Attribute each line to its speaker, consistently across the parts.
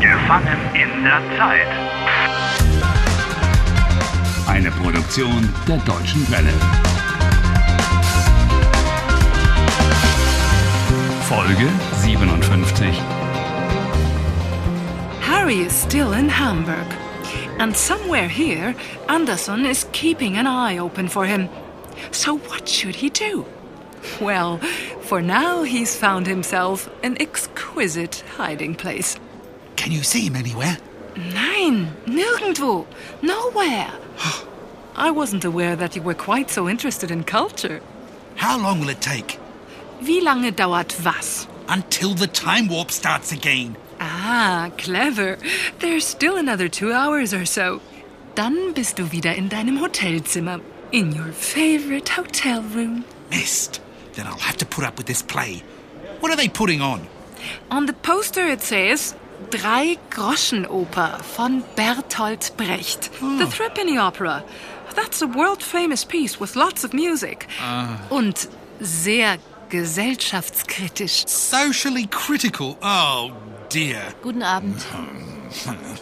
Speaker 1: Gefangen in der Zeit.
Speaker 2: Eine Produktion der Deutschen Welle. Folge 57.
Speaker 3: Harry is still in Hamburg. And somewhere here, Anderson is keeping an eye open for him. So what should he do? Well, for now he's found himself an exquisite hiding place.
Speaker 4: Can you see him anywhere?
Speaker 3: Nein, nirgendwo, nowhere. I wasn't aware that you were quite so interested in culture.
Speaker 4: How long will it take?
Speaker 3: Wie lange dauert was?
Speaker 4: Until the time warp starts again.
Speaker 3: Ah, clever. There's still another two hours or so. Dann bist du wieder in deinem Hotelzimmer. In your favorite hotel room.
Speaker 4: Missed. Then I'll have to put up with this play. What are they putting on?
Speaker 3: On the poster it says Drei Groschen Oper von Bertolt Brecht. The Threepenny Opera. That's a world famous piece with lots of music. Und sehr gesellschaftskritisch.
Speaker 4: Socially critical. Oh, dear.
Speaker 5: Guten Abend.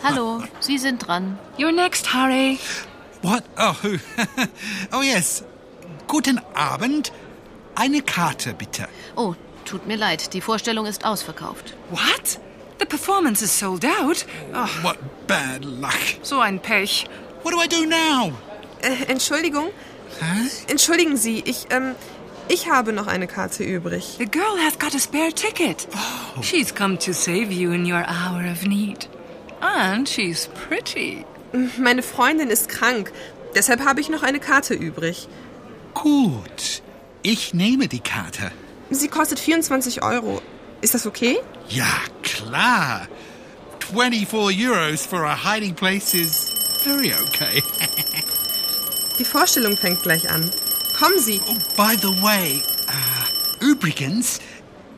Speaker 5: Hallo, Sie sind dran.
Speaker 3: You're next, Harry.
Speaker 4: What? Oh, who? oh, yes. Guten Abend. Eine Karte, bitte.
Speaker 5: Oh, tut mir leid, die Vorstellung ist ausverkauft.
Speaker 3: What? The performance is sold out? Oh,
Speaker 4: What bad luck.
Speaker 3: so ein Pech.
Speaker 4: What do I do now?
Speaker 6: Äh, Entschuldigung. Entschuldigen Sie, ich, ähm, ich habe noch eine Karte übrig.
Speaker 3: The girl has got a spare ticket. She's come to save you in your hour of need. And she's pretty.
Speaker 6: Meine Freundin ist krank. Deshalb habe ich noch eine Karte übrig.
Speaker 4: Gut. Ich nehme die Karte.
Speaker 6: Sie kostet 24 Euro. Ist das okay?
Speaker 4: Ja, klar. 24 Euros for a hiding place is very okay.
Speaker 6: Die Vorstellung fängt gleich an. Kommen Sie.
Speaker 4: Oh, by the way, äh, übrigens,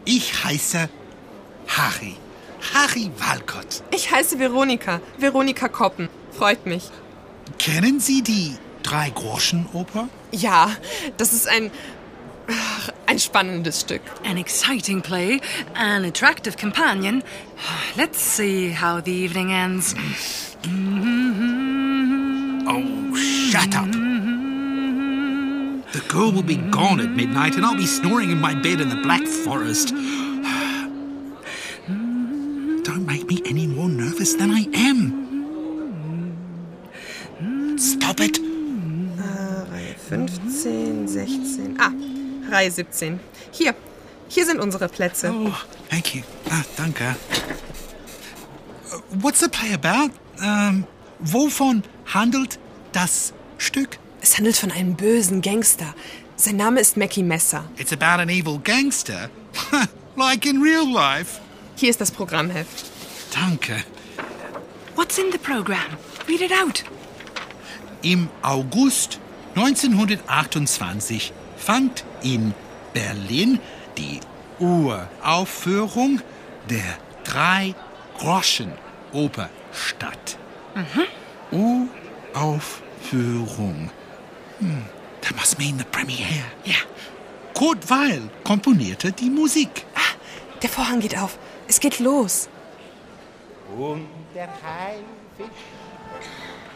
Speaker 4: ich heiße Harry. Harry Walcott.
Speaker 6: Ich heiße Veronika. Veronika Koppen. Freut mich.
Speaker 4: Kennen Sie die Drei-Groschen-Oper?
Speaker 6: Ja, das ist ein. Ach, ein spannendes Stück.
Speaker 3: An exciting play, an attractive companion. Let's see how the evening ends.
Speaker 4: Oh, shut up. The girl will be gone at midnight and I'll be snoring in my bed in the Black Forest. Don't make me any more nervous than I am. Stop it.
Speaker 6: 15, 16. Ah, Reihe 17. Hier. Hier sind unsere Plätze.
Speaker 4: Oh, thank you. Ah, danke. Uh, What's the play about? Um, wovon handelt das Stück?
Speaker 6: Es handelt von einem bösen Gangster. Sein Name ist Mackie Messer.
Speaker 4: It's about an evil gangster, like in real life.
Speaker 6: Hier ist das Programmheft.
Speaker 4: Danke.
Speaker 3: What's in the program? Read it out.
Speaker 4: Im August 1928 fand in Berlin die Uraufführung der Drei-Groschen-Oper statt. Uraufführung. Hm, that must mean the premiere.
Speaker 3: Yeah.
Speaker 4: Kurt Weil komponierte die Musik.
Speaker 6: Der Vorhang geht auf. Es geht los.
Speaker 7: Und der Haifisch,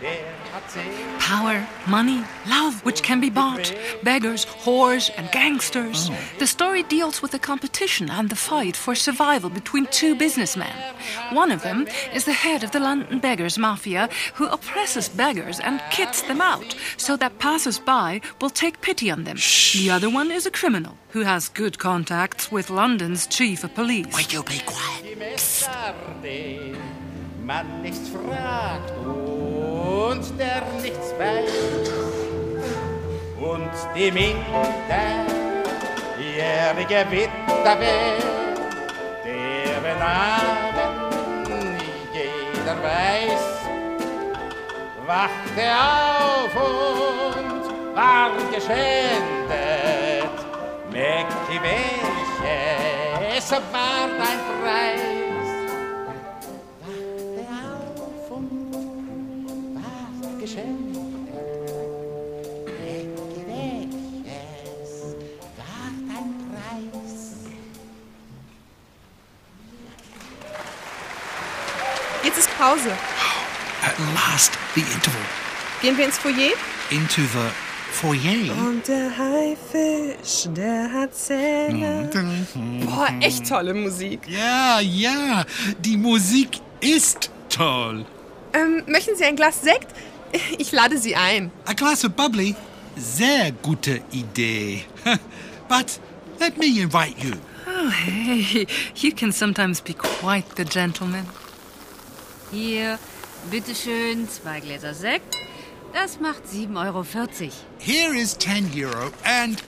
Speaker 7: der hat sich
Speaker 3: Power, money, love, which can be bought, beggars, whores, and gangsters. The story deals with the competition and the fight for survival between two businessmen. One of them is the head of the London Beggars Mafia, who oppresses beggars and kits them out so that passers by will take pity on them. The other one is a criminal who has good contacts with London's chief of police.
Speaker 4: you be quiet?
Speaker 7: Messer, den man nichts fragt und der nichts weiß. Und die minderjährige Witwe, deren Namen jeder weiß, wachte auf und war geschändet. Mägde welche, es war dein Preis. Wachte auf und war geschändet. Mägde welche, es war dein Preis.
Speaker 6: Ihr Jetzt ist Pause.
Speaker 4: At last, the interval.
Speaker 6: Gehen wir ins Foyer?
Speaker 4: Into the foyer.
Speaker 6: Und der Haifisch, der hat Zähne. Mhm. Boah, echt tolle Musik.
Speaker 4: Ja, ja, die Musik ist toll.
Speaker 6: Ähm, möchten Sie ein Glas Sekt? Ich lade Sie ein.
Speaker 4: A glass of bubbly? Sehr gute Idee. But let me invite you.
Speaker 3: Oh, hey, you can sometimes be quite the gentleman.
Speaker 5: Hier, bitteschön, zwei Gläser Sekt. Das macht 7,40 Euro.
Speaker 4: Here is 10 euro and.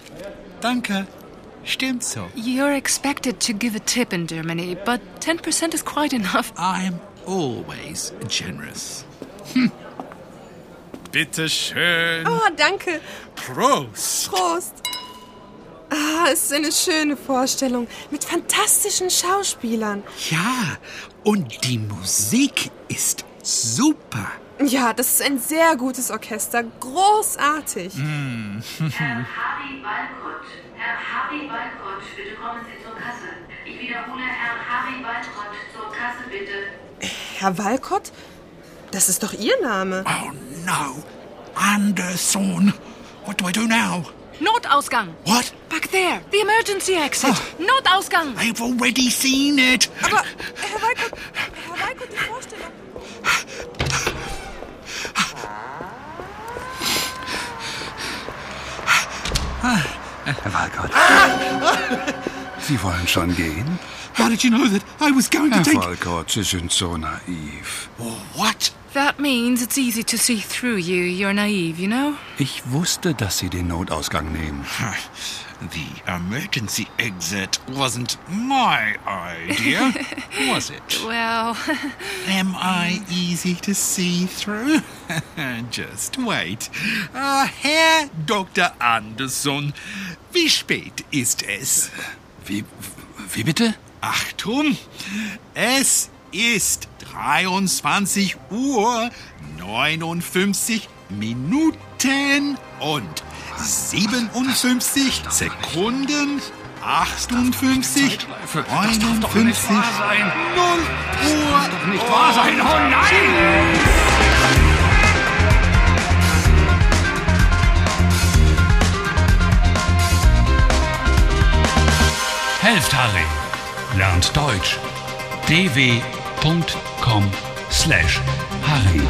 Speaker 4: Danke. Stimmt so.
Speaker 3: You're expected to give a tip in Germany, but 10% is quite enough.
Speaker 4: I'm always generous. Hm.
Speaker 1: Bitte schön.
Speaker 6: Oh, danke.
Speaker 1: Prost.
Speaker 6: Prost. Ah, es ist eine schöne Vorstellung. Mit fantastischen Schauspielern.
Speaker 4: Ja, und die Musik ist super.
Speaker 6: Ja, das ist ein sehr gutes Orchester. Großartig.
Speaker 8: Herr Harry Walcott, Herr Harry Walcott, bitte kommen Sie zur Kasse. Ich wiederhole, Herr Harry Walcott, zur Kasse bitte.
Speaker 6: Herr Walcott? Das ist doch Ihr Name.
Speaker 4: Oh no. Anderson. What do I do now?
Speaker 3: Notausgang.
Speaker 4: What?
Speaker 3: Back there, the emergency exit. Notausgang.
Speaker 4: I've already seen it.
Speaker 6: Ah. Aber, Herr Walcott, Herr Walcott, die Vorstellung.
Speaker 2: Herr Walcott. Ah! Sie wollen schon gehen?
Speaker 4: How did you know that I was going to
Speaker 2: Herr
Speaker 4: take.
Speaker 2: Walcott, Sie sind so naiv.
Speaker 4: What?
Speaker 3: That means it's easy to see through you. You're naive, you know?
Speaker 2: Ich wusste, dass Sie den Notausgang nehmen.
Speaker 4: The emergency exit wasn't my idea, was it?
Speaker 3: Well,
Speaker 4: Am I easy to see through? Just wait. Uh, Herr Dr. Anderson, wie spät ist es?
Speaker 2: Wie, wie bitte?
Speaker 4: Achtung, es ist 23 Uhr 59 Minuten und 57 Sekunden 58 59 0 Uhr
Speaker 2: Nicht wahr sein! Oh nein! Helft Harry. Lernt Deutsch. dw.com slash Harry.